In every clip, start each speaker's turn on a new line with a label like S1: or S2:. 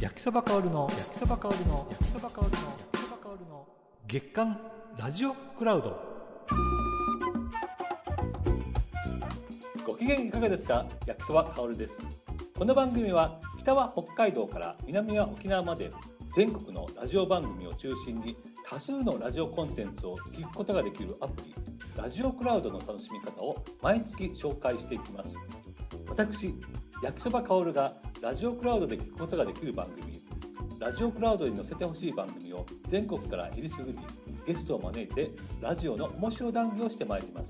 S1: 焼きそば香るの焼きそば香るの焼きそば香るの焼きそば香るの月刊ラジオクラウド
S2: ご機嫌いかがですか焼きそばかおるですこの番組は北は北海道から南は沖縄まで全国のラジオ番組を中心に多数のラジオコンテンツを聞くことができるアプリラジオクラウドの楽しみ方を毎月紹介していきます私焼きそばかおるがラジオクラウドで聞くことができる番組ラジオクラウドに載せてほしい番組を全国からえりすぐりゲストを招いてラジオの面白談義をしてまいります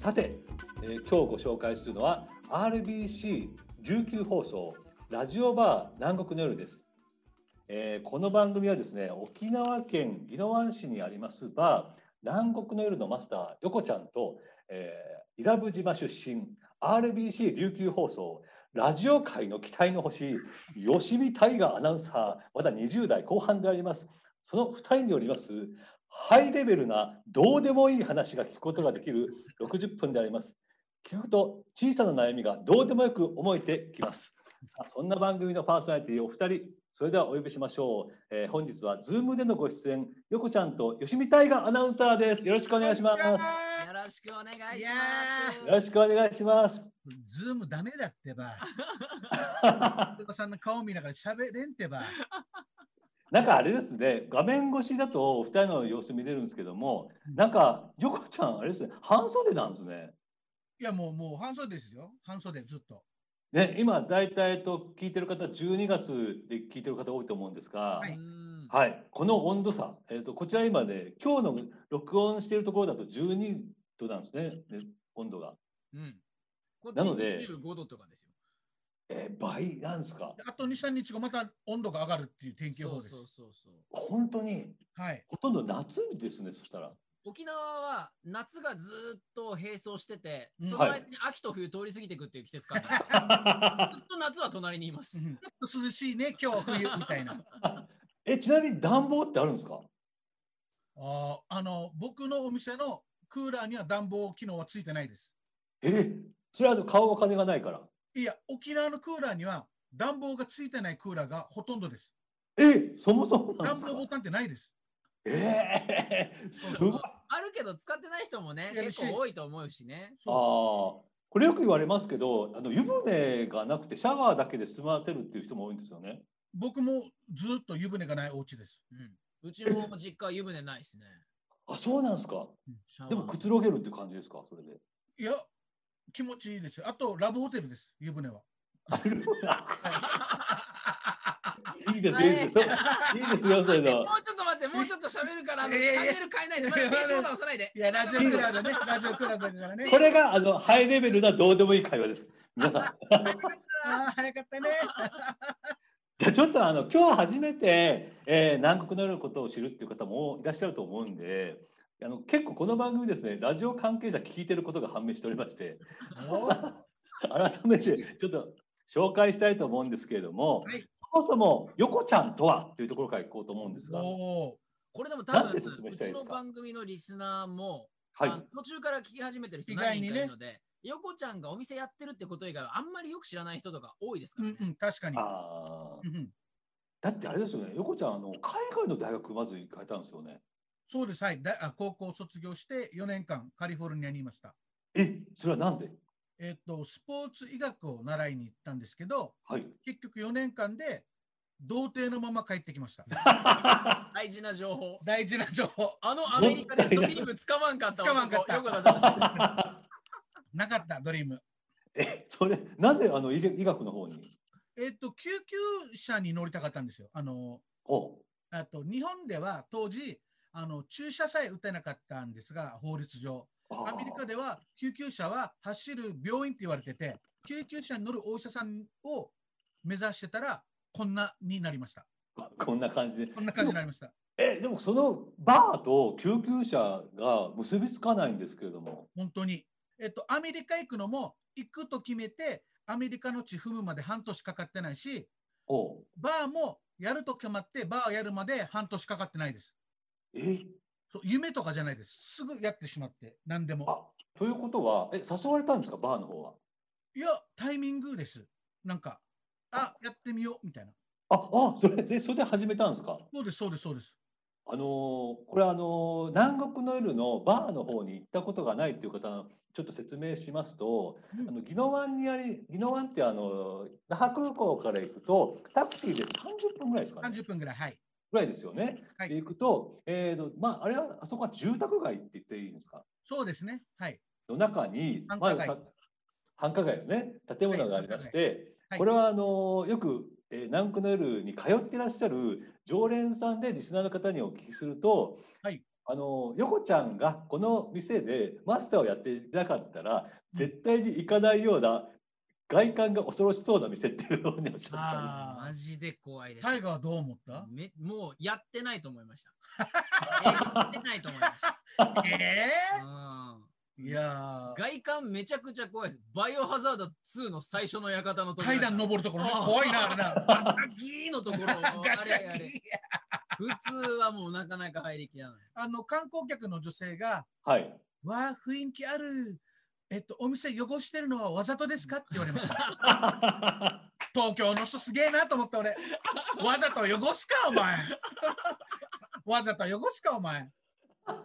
S2: さて、えー今日ご紹介するのは RBC 琉球放送ラジオバー南国の夜です、えーこの番組はですね沖縄県宜野湾市にありますバー南国の夜のマスター横ちゃんと、えー伊良部島出身 RBC 琉球放送ラジオ界の期待の星吉見大河アナウンサーまだ20代後半でありますその2人によりますハイレベルなどうでもいい話が聞くことができる60分であります。聞くと小さな悩みがどうでもよく思えてきます。さあそんな番組のパーソナリティお二人、それではお呼びしましょう。えー本日は Zoom でのご出演、横ちゃんと吉見大河アナウンサーです。よろしくお
S3: お
S2: 願いします。よ
S4: よろしくお願い
S3: い
S4: し
S3: や
S2: ろしくお願いします。
S3: ズームダメだってば。お子さんの顔見ながら喋れんってば。
S2: なんかあれですね、画面越しだとお二人の様子見れるんですけども、なんか横ちゃん、あれですね、半袖なんですね。
S3: いやもうもう半袖ですよ。半袖ずっと。
S2: ね、今、大体と聞いてる方、12月で聞いてる方多いと思うんですが、は
S3: はいい
S2: この温度差、えーと、こちら今ね、今日の録音しているところだと12度なんですね、ね温度が。
S4: うん。こっ
S2: なので
S4: ち25度とかですよ。
S2: えー倍なんですか、
S3: あと2、3日後また温度が上がるっていう天気予報です
S4: そう。そうそうそう。
S2: 本当に
S3: はい。
S2: ほとんど夏日ですね、そしたら。
S4: 沖縄は夏がずーっと並走してて、
S3: うん
S4: その間に秋と冬通り過ぎていくっていう季節感なんで、ずっと夏は隣にいま
S3: う
S4: す。
S3: んちょっと涼しいね、今日冬みたいな。
S2: えちなみに暖房ってあるんですか
S3: あーあの僕のお店のクーラーには暖房機能はついてないです。
S2: えそれはあの買うお金がないから。
S3: いや、沖縄のクーラーには暖房がついてないクーラーがほとんどです。
S2: えそもそもなんで
S3: 暖
S2: す
S3: 房ボ
S2: か
S3: タンってないです。
S2: えー、すごい。
S4: あるけど使ってない人もね、
S3: いや
S4: 結構多いと思うしね。
S2: ああ
S3: そ
S2: これよく言われますけどあの湯船がなくてシャワーだけで済ませるっていう人も多いんですよね。
S3: う僕もずっと湯船がないお家です。
S4: うん。うちも実家は湯船ないですね。
S2: あそうなんですか
S4: シャワー
S2: でもくつろげるって感じですかそれ で。
S3: いや、気持ちいいですよ。あと、ラブホテルです、湯船は。
S2: いいですいいですよ。いいですよそれの。
S4: もうちょっと待って、もうちょっと喋るから、あの
S3: い
S4: チ
S3: やい
S4: ャ
S3: やい
S4: ンネ
S3: や
S4: ル変えないで、まだ停止ボタン押さないで。
S3: いや、ラジオクラウ ドね、ラジオクラウドだからね。
S2: これがあのハイレベルなどうでもいい会話です。皆さん。
S3: あー早かっ たね。
S2: じゃあちょっとあの今日初めて、えー南国の夜のことを知るっていう方もいらっしゃると思うんで。あの結構この番組ですねラジオ関係者聞いてることが判明しておりまして
S3: おー
S2: 改めてちょっと紹介したいと思うんですけれども、
S3: はい
S2: そもそも横ちゃんとはというところからいこうと思うんですが、
S3: おー
S4: これでも多
S2: なん
S4: 分、
S2: て説明
S4: う
S2: したらいいです
S4: ち
S2: か
S4: の番組のリスナーも、
S2: はい
S4: あの、途中から聞き始めてる人
S3: 意
S4: 何
S3: 外
S4: 人
S3: に
S4: か
S3: ね
S4: いるので、横ちゃんがお店やってるってこと以外はあんまりよく知らない人とか多いですか
S3: うん
S4: らね。
S3: うん、確かに。
S2: あー
S3: うんうん
S2: だってあれですよね、横ちゃん、あの海外の大学まず行かれたんですよね。
S3: そうです、はい。だあ高校卒業して4年間、カリフォルニアにいました。
S2: え、それはなんで
S3: えっと、スポーツ医学を習いに行ったんですけど、
S2: はい。
S3: 結局4年間で、童貞のまま帰ってき ました。
S4: 大事な情報。
S3: 大事な情報。
S4: あのアメリカでドリームつかまんかった
S3: つかまんかった
S4: よくだっ たらしいです。
S3: なかった、ドリーム。
S2: え、それ、なぜあの医医学の方に
S3: えっと、救急車に乗りたかったんですよ。あの、
S2: お
S3: あと日本では当時あの注射さえ打てなかったんですが法律上アメリカ
S2: で
S3: では救急車は走る病院って言われてて救急車に乗るお医者さんを目指してたらこんなになりました
S2: こんな感じで。
S3: こんな感じになりました
S2: え、でもそのバーと救急車が結びつかないんですけれども、
S3: 本当にえっとアメリカ行くのも行くと決めてアメリカの地踏むまで半年かかってないし
S2: お
S3: バーもやると決まってバーやるまで半年かかってないです
S2: え、
S3: そう夢とかじゃないですすぐやってしまって何でも
S2: あ、ということは、え、誘われたんですか、バーの方は。
S3: いや、タイミングです。なんか、あ、やってみようみたいな。
S2: あ、あ、それで、それで始めたんですか。
S3: そうです、そうです、そうです。
S2: あのーこれあのー南国の夜のバーの方に行ったことがないっていう方のちょっと説明しますと、
S3: うん
S2: あの宜野湾にあり宜野湾ってあのー那覇空港から行くとタクシーで30分ぐらいですかね
S3: 30分ぐらい、はい。
S2: ぐらいですよね。
S3: はい
S2: で行くと,、えーとまあ、あれはあそこは住宅街って言っていいんですか
S3: そうですね、はい。
S2: の中に
S3: 繁華街
S2: まあ繁華街ですね建物がありまして、
S3: はい
S2: これはあのよく、えー南区の夜に通ってらっしゃる常連さんでリスナーの方にお聞きすると、
S3: はい
S2: あの横ちゃんがこの店でマスターをやっていなかったら絶対に行かないような外観が恐ろしそうな店っていうのにおっしゃったんです。
S3: あ
S4: マジで怖いです。
S3: タイガーはどう思った
S4: めもうやってないと思い ました。営業してないと思いました。
S3: え
S4: うん
S3: えいやー、
S4: 外観めちゃくちゃ怖いです。バイオハザード2の最初の館のところ。
S3: 階段登るところね
S4: あー
S3: 怖いな、あれな。
S4: ガギーのところ。
S3: ガチ
S4: あれあ
S3: ャキ
S4: れ普通はもうなかなか入りきらない。
S3: あの、観光客の女性が、
S2: はい、
S3: わあ、雰囲気ある。えっと、お店汚してるのはわざとですかって言われま した。東京の人すげえなと思った俺。わざと汚すか、お前。わざと汚すか、お前。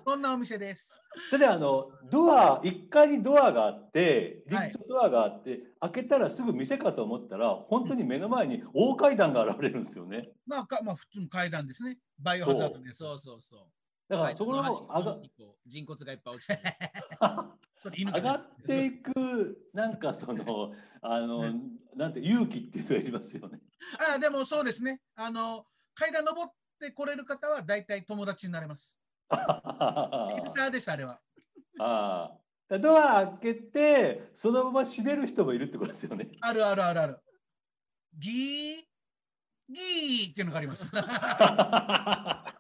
S3: そんなお店です。
S2: それであのドア1階にドアがあって
S3: はい
S2: 立地ドアがあって、開けたらすぐ店かと思ったら本当に目の前に大階段が現れるんですよね。
S3: まあ、かまあ、普通の階段ですね。バイオハザードです。
S4: そうそうそう。
S2: だからそこの
S4: はい
S2: 上が
S4: 端っこ人骨がいっぱい落ちてる。
S3: そ れ犬
S2: 上
S3: か
S2: が
S3: な
S2: っていくなんかそのあのなんて勇気っていうのがいりますよね。
S3: ああ、でもそうですね。あの、階段登ってこれる方は大体友達になれます。リピーターです、あれは。
S2: ああドア開けてそのまま閉める人もいるってことですよね。
S3: あるあるあるある。ギー、ギーっていうのがあります。 は
S2: あ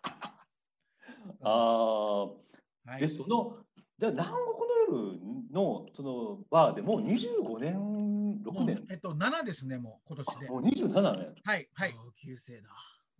S2: あで
S3: い、
S2: そのじゃあ南国の夜のそのバーでもう25年6
S3: もう
S2: 年
S3: えっと、7ですね、もう今年
S2: あ
S3: で。
S2: もう27年
S3: はい、はい。
S4: 同級生だ。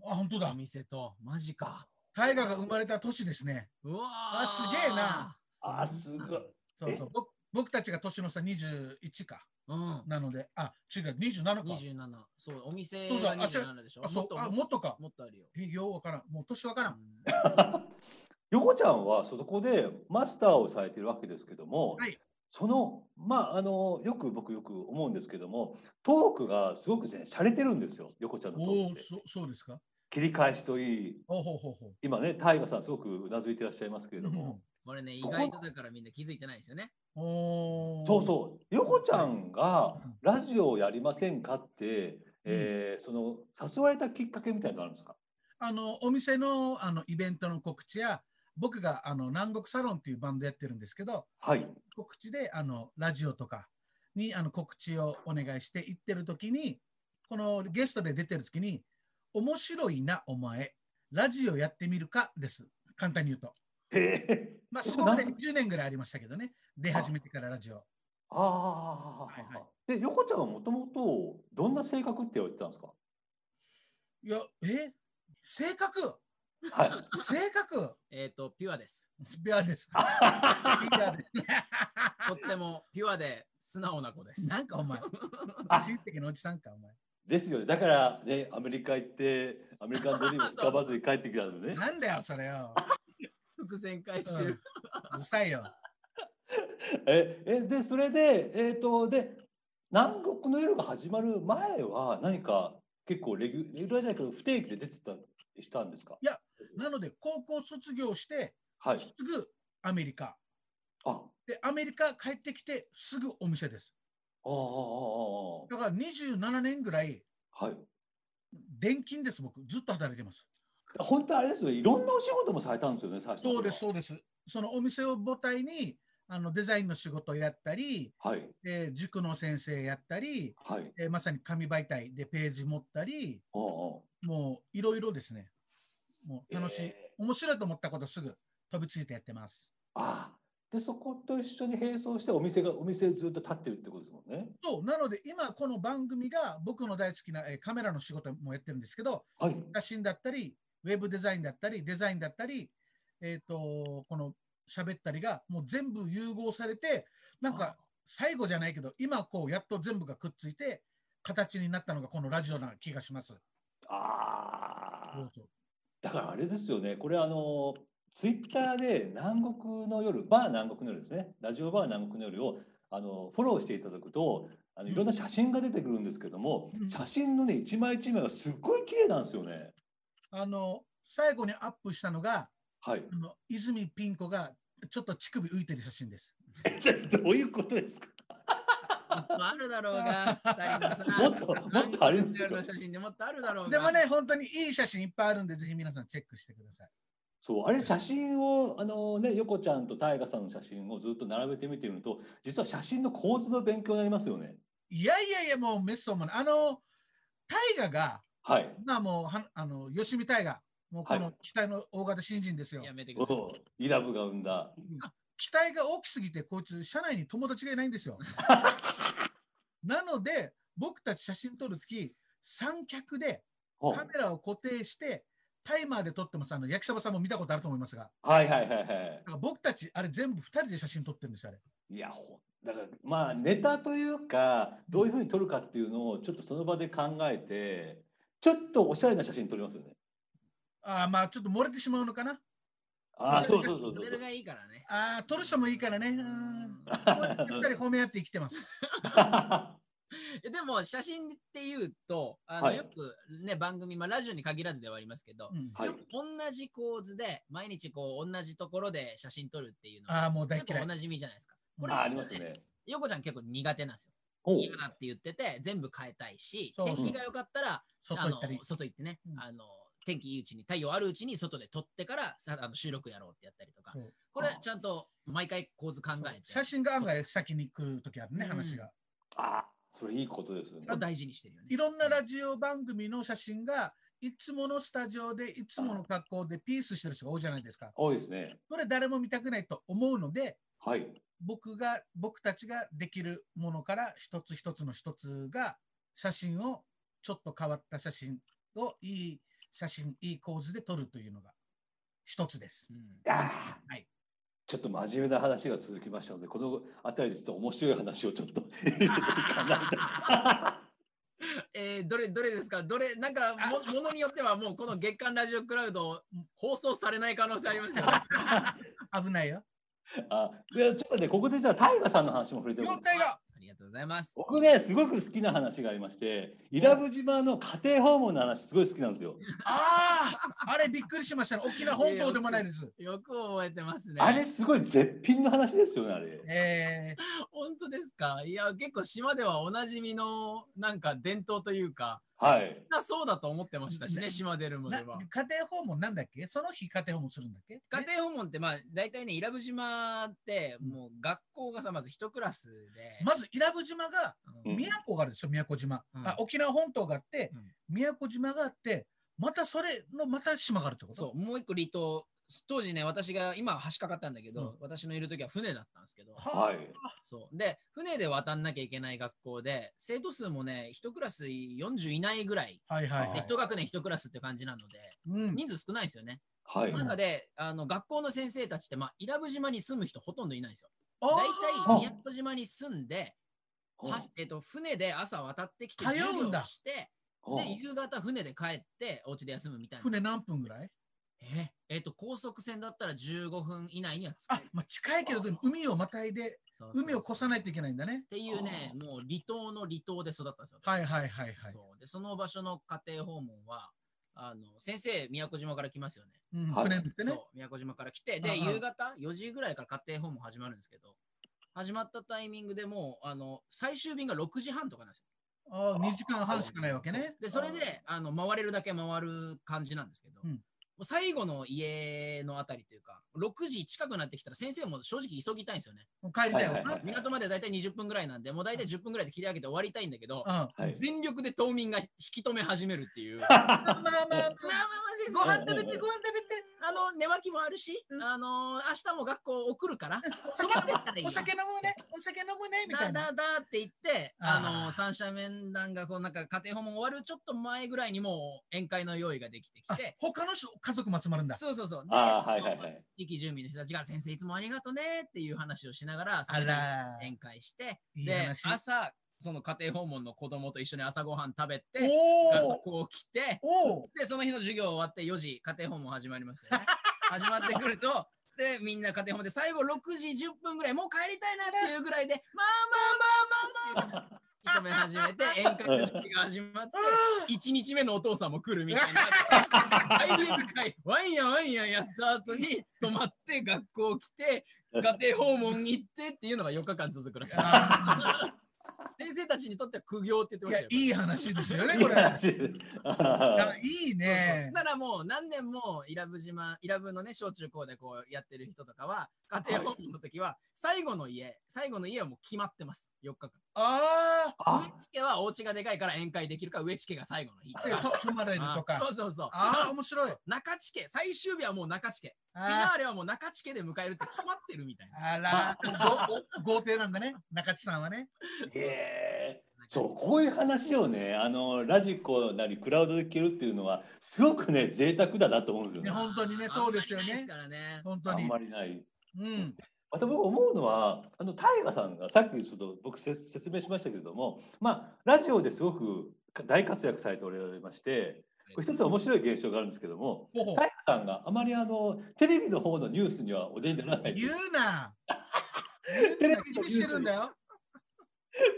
S3: あ、本当
S4: お
S3: だ。
S4: 店と、マジか。
S3: 大河が生まれた年ですね。
S4: うわー
S3: あすげえな。
S2: あすごい。
S3: そうそう。僕僕たちが年の差21か。
S4: うん。
S3: なので、あ、違う、27か。
S4: 27。そう、お店
S3: そうそう
S4: が
S3: あ違う
S4: 27でしょ。
S3: あ、
S4: も
S3: そ
S4: っ
S3: う、
S4: と
S3: あ、
S4: も
S3: もっとか。
S4: もっとあるよ。
S3: え、ようわからん。もう年わからん。
S2: 横ちゃんはそこでマスターをされてるわけですけども、
S3: はい
S2: そのまああのよく僕よく思うんですけどもトークがすごくね洒落てるんですよ横ちゃんのトーク
S3: おお、
S2: って
S3: そそうですか。
S2: 切り返しといい
S3: おほうほうほう。
S2: 今ね大河さんすごくうなずいてらっしゃいますけれども、
S4: これね、意
S2: ここ
S4: 外とだからみんな気づいてないですよね。
S3: おお。
S2: そうそう横ちゃんが
S3: うん
S2: ラジオをやりませんかって、えーその誘われたきっかけみたいなのあるんですか
S3: あのお店のあのイベントの告知や僕があの南国サロンっていうバンドやってるんですけど
S2: はい
S3: 告知であのラジオとかにあの告知をお願いして行ってる時にこのゲストで出てる時に「面白いなお前ラジオやってみるか」です簡単に言うと。
S2: へえ
S3: まあ、
S2: そ
S3: そうこまで
S2: なん
S3: 20年ぐらいありましたけどね出始めてからラジオ。
S2: ああ、
S3: はいは
S2: で横ちゃんはもともとどんな性格って言われてたんですか
S3: いやえ性格
S2: はい
S3: 性格
S4: えっ、と、ピュアです。
S3: ビアです。ビアです
S4: とってもピュアで素直な子です。
S3: なんかお前
S2: あ
S3: 親戚のおじさんかお前。
S2: ですよね。だからね、アメリカ行って、アメリカンド リーム使わずに帰ってきたんですね。
S3: なんだよ、それよ。
S4: 伏線回
S3: う
S4: 収
S3: ん。うるさいよ。
S2: え、え、で、それで、えっ、と、で、南国の夜が始まる前は、何か結構レギュレギュラーじゃないけど、不定期で出てた、したんですか
S3: なので、高校卒業して、
S2: はい。
S3: すぐアメリカ。
S2: あ、ああ、ああ
S3: で、アメリカ帰ってきて、すぐお店です。だから27年ぐらい、
S2: ああ、はい。
S3: 電金です、僕。ずっと働いてます。
S2: 本当あれですよね、いろんなお仕事もされたんですよね、最初の頃
S3: そうです、。そうです。そのお店を母体に、あのデザインの仕事をやったり、
S2: はい、
S3: えー塾の先生やったり、
S2: はい。
S3: えーまさに紙媒体でページ持ったり、
S2: ああ
S3: もういろいろですね。もう楽しい、
S2: え
S3: 面白いと思ったことすぐ飛びついてやってます。
S2: ああ。で、そこと一緒に並走して、お店が、お店ずっと立ってるってことですもんね。
S3: そう、なので今この番組が僕の大好きな、えーカメラの仕事もやってるんですけど、
S2: はい。
S3: 写真だったり、ウェブデザインだったり、デザインだったり、えっ、と、この喋ったりがもう全部融合されて、なんか最後じゃないけど、今こうやっと全部がくっついて、形になったのがこのラジオな気がします。
S2: ああ
S3: そう
S2: あ。
S3: そう
S2: だからあれですよね。これあの、ツイッターで南国の夜、バー南国の夜ですね。ラジオバー南国の夜をあのフォローしていただくと、あのいろんな写真が出てくるんですけども、
S3: うん
S2: 写真のね、一枚一枚がすっごい綺麗なんですよね。
S3: あの、最後にアップしたのが、
S2: はい。
S3: あの泉ピン子がちょっと乳首浮いてる写真です。
S2: どういうことですか
S4: あるだろうが、
S2: もっともっとありますよ
S4: よ。写真でもっとあるだろうが。
S3: でもね、本当にいい写真いっぱいあるんで、ぜひ皆さんチェックしてください。
S2: そうあれ写真をあのね横ちゃんと大我さんの写真をずっと並べてみてみると実は写真の構図の勉強になりますよね。
S3: いやいやいや、もうメッソもないあの、タイガが、
S2: はい。
S3: まあもう、はあの、吉見タイガ、もうこ
S2: は
S3: の
S2: い
S3: 期待の大型新人ですよ。
S4: やめてく
S2: お
S4: ださい。
S2: うイラブが生んだ。
S3: 期待が大きすぎて、こいつ、社内に友達がいないんですよ。なので、僕たち写真撮るとき、三脚で
S2: おう
S3: カメラを固定して、タイマーで撮ってます。あの、焼きそばさんも見たことあると思いますが、
S2: はいはいはいは
S3: だから僕たち、あれ全部二人で写真撮ってるんですよ、あれ。
S2: い。いやほんだからまあネタというかどういうふうに撮るかっていうのをちょっとその場で考えてちょっとおしゃれな写真撮りますよね。
S3: あーまあ、ちょっと漏れてしまうのかな。
S2: ああ
S4: おしゃれ
S2: そう
S4: な
S2: そうそう
S4: モ
S2: そう
S4: デルがいいからね。
S3: ああ、撮る人もいいからね。う
S4: うんん
S3: 二人褒め合って生きてます。
S4: えでも写真っていうと、あ
S2: は
S4: の
S2: い
S4: よくね、番組、まあラジオに限らずではありますけど、
S3: うん
S2: はい
S4: よく同じ構図で、毎日こう同じところで写真撮るっていうの
S3: あ
S4: は、
S3: あ、もう大
S4: 結構
S3: 嫌
S4: お
S3: い。
S4: なじみじゃないですか。これ
S2: ああ
S4: が
S2: り
S4: ね、
S2: ますね。
S4: ヨコちゃん結構苦手なんですよ。
S2: おう
S4: 嫌だって言ってて、全部変えたいし、
S3: そう
S4: 天気が良かったら、
S3: 外行った
S4: あ
S3: り
S4: の。外行ってね、
S3: うん
S4: あの天気いいうちに太陽あるうちに外で撮ってからさあの収録やろうってやったりとか
S3: そう
S4: これ
S2: あ
S4: ちゃんと毎回構図考えて
S3: 写真が案外先に来る時あるね、
S4: うん
S3: 話が。
S2: あーそれいいことですよね
S4: を。大事にしてるよね
S3: いろんなラジオ番組の写真が、いつものスタジオで、いつもの格好でピースしてる人が多いじゃないですか。
S2: 多いですね。
S3: それ誰も見たくないと思うので、
S2: はい。
S3: 僕が、僕たちができるものから一つ一つの一つが、写真を、ちょっと変わった写真を、いい写真、いい構図で撮るというのが、一つです。
S4: うん
S2: あー
S4: はい
S2: ちょっと真面目な話が続きましたので、このあたりでちょっと面白い話をちょっと入れていかな
S4: えーどれどれですかどれなんかもものによってはもうこの月刊ラジオクラウド放送されない可能性ありますよね
S3: 危ないよ。
S2: いと。あでちょっとね、ここでじゃあ、大河さんの話も触れてもら
S3: 四
S2: おう
S3: 体が
S4: ありがとうございます
S2: 僕ね、すごく好きな話がありまして、伊良部島の家庭訪問の話、すごい好きなんですよ。
S3: あ ああれびっくりしましたね。沖縄本島でもないです。
S4: よく覚えてますね
S2: あれ、すごい絶品の話ですよね、あれ。
S3: え
S4: 本当ですかいや結構島ではおなじみのなんか伝統というか
S2: はい。
S4: みんなそうだと思ってましたしね
S3: ね
S4: 島出る
S3: ー
S4: ま
S3: な
S4: で
S3: 家
S4: は
S3: 庭訪問なんだっけその日家庭訪問するんだっけ
S4: 家庭訪問ってまあ大体ね伊良部島ってもう学校がさまず一クラスで、
S3: まず伊良部島が、
S4: うん
S3: 宮古があるでしょ、宮古島、
S4: うん
S3: あ。沖縄本島があって、
S4: うん
S3: 宮古島があって、またそれのまた島があるってこと
S4: そうもう一個離島当時ね私が今は橋かかったんだけど、私のいる時は船だったんですけど
S3: はあ
S2: はい。
S4: そうで船で渡んなきゃいけない学校で生徒数もね一クラス40いないぐらい
S3: はいはいは
S4: で
S3: い。
S4: 一学年一クラスって感じなので
S3: うん、
S4: 人数少ないですよね、
S2: はい。
S4: その中であの学校の先生たちってまあ伊良部島に住む人ほとんどいないんですよ
S3: あ
S4: 大
S3: ー
S4: 体宮古島に住んではしえっと、船で朝渡ってきて、
S3: 通うんだ
S4: をして、
S2: うん
S4: で、夕方船で帰って、お家で休むみたいな。
S3: 船何分ぐらい
S4: ええっと、高速船だったら15分以内には着く
S3: あ。、まあ、近いけど、でも海をまたいで、
S4: そうそうそう
S3: 海を越さないといけないんだね
S4: っ。ていうね、もう離島の離島で育ったんですよ。
S3: はいはいはいはい。
S4: そうで、その場所の家庭訪問は、あの先生、宮古島から来ますよね。
S3: うん、
S2: はい
S3: 船乗ってね。
S4: そう、宮古島から来て、
S3: うん
S4: で、
S3: うん
S4: 夕方4時ぐらいから家庭訪問始まるんですけど、始まったタイミングでもう、あの、最終便が6時半とかなんですよ
S3: ああ、2時間半しかないわけね。
S4: で、それで、あの、回れるだけ回る感じなんですけど、
S3: うん
S4: もう最後の家のあたりというか、6時近くなってきたら先生も正直急ぎたいんですよね。
S3: もう帰りたいよな。
S2: はいはいはい
S4: 港までだいたい20分ぐらいなんで、もうだいたい10分ぐらいで切り上げて終わりたいんだけど、
S3: うん
S2: はい。
S4: 全力で島民が引き止め始めるっ ていう。
S3: まあまあまあ
S4: まあまあまあ先
S3: ご飯
S4: 生
S3: 食べて、ご飯食べて。
S4: あの、寝巻きもあるし、
S3: うん
S4: あの、明日も学校送るから、
S3: お
S4: 泊まってったら
S3: 酒
S4: いいよ
S3: お酒飲むね、お酒飲むね、みた
S4: だ
S3: い
S4: だ
S3: な。
S4: だって言って、
S3: あ
S4: あ
S3: ー
S4: の、三者面談が、こう、なんか家庭訪問終わるちょっと前ぐらいにもう宴会の用意ができてき
S3: あ
S4: て、
S3: 他の人家族も集まるんだ。
S4: そうそうそう。で
S2: ああ、はいはいはい。
S4: 地域住民の人たちが先生いつもありがとねっていう話をしながら、そ
S3: あ
S4: の日
S3: らー、
S4: 宴会して、
S3: いい
S4: で、
S3: 話。
S4: 朝、その家庭訪問の子供と一緒に朝ごはん食べて、
S3: お
S4: 学
S3: お
S4: 校来て、
S3: おお
S4: で、その日の授業終わって4時、家庭訪問始まりますよね。始まってくると、で、みんな家庭訪問で、最後6時10分ぐらい、もう帰りたいなっていうぐらいで、まあまあまあまあまあまあまあ、認め始めて、宴会の準備が始まって、1日目のお父さんも来るみたいな。アイデア深い。ワインやワインややった後に、泊まって学校来て、家庭訪問行ってっていうのが4日間続くらしい。先生たちにとっては苦行って言っ
S3: い
S4: てまし
S3: や
S4: たよ。
S3: いい話ですよね
S2: い
S3: こ
S2: い
S3: れ
S2: 話
S3: あいいね
S4: だからもう何年も伊良部島、伊良部のね、小中高でこうやってる人とかは、家庭訪問の時は、最後の家、最後の家はもう決まってます。4日
S3: あ
S4: 間。
S2: あ
S4: 上地家はお家がでかいから宴会できるから、上地家が最後 の日。
S3: あでと泊まれると
S4: あ
S3: か
S4: そうそうそう。
S3: ああ面白い
S4: 中地家、最終日はもう中地家。フィナ
S3: あ
S4: ーレはもう中地家で迎えるって決まってるみたいな。
S3: あらごご豪邸なんだね中地さんはね
S2: へえそうこういう話をねあのラジコなりクラウドで聞けるっていうのはすごくね贅沢だなと思うんです
S3: い
S2: よ
S3: や
S2: ね。
S3: 本当にね
S4: あ
S3: そうですよ
S4: あんま
S3: ね
S4: りないですからね。
S3: 本当
S2: あん
S3: に
S2: まりない。
S3: うん
S2: あと僕思うのは、あの、タイガさんが、さっきちょっと僕せ説明しましたけれども、まあ、ラジオですごく大活躍されておられまして、これ一つ面白い現象があるんですけども、
S3: ほほ
S2: タイガさんがあまりあの、テレビの方のニュースにはお出にならない。
S3: 言うな
S2: テレビのニュ
S3: 気
S2: ー
S3: にしてる
S2: ス
S3: ん
S2: に
S3: だよ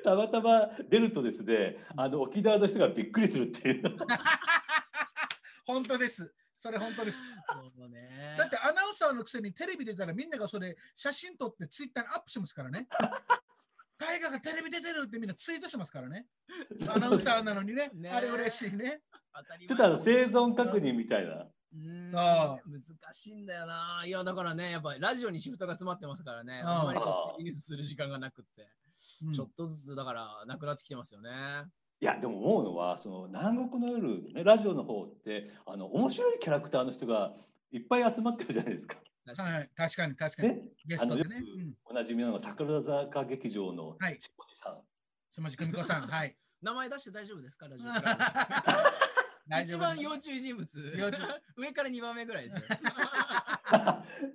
S2: たまたま出るとですね、あの、沖縄の人がびっくりするっていう。
S3: 本当ですそれ本当です
S4: そうね。
S3: だってアナウンサーのくせにテレビ出たらみんながそれ写真撮ってツイッターにアップしますからね。大河がテレビ出てるってみんなツイートしますからね。アナウンサーなのにね。
S4: ねえ
S3: あれ嬉しいね。
S4: 当たり前
S2: ちょっとあの、生存確認みたいな。
S4: うーん
S3: ああ
S4: 難しいんだよな。いや、だからね、やっぱりラジオにシフトが詰まってますからね、
S3: ああ
S4: あんまりこうニュースする時間がなくって、
S3: うん
S4: ちょっとずつだからなくなってきてますよね。
S2: いや、でも思うのは、その、南国の夜、ね、ラジオの方って、あの、面白いキャラクターの人がいっぱい集まってるじゃないですか。
S4: 確かに。
S3: はい、確かに確かに。
S2: ね。
S3: ゲストで
S2: あ。
S3: ね
S2: のよくおなじみなのが桜坂劇場の
S3: はい
S2: しこじさん、
S3: すまじくみこさん。はい。
S4: 名前出して大丈夫ですかラジオ
S3: 大
S4: 一
S3: 丈夫
S4: 番
S3: です
S4: 要注意人物。
S3: 要注
S4: 上から2番目ぐらいですよ。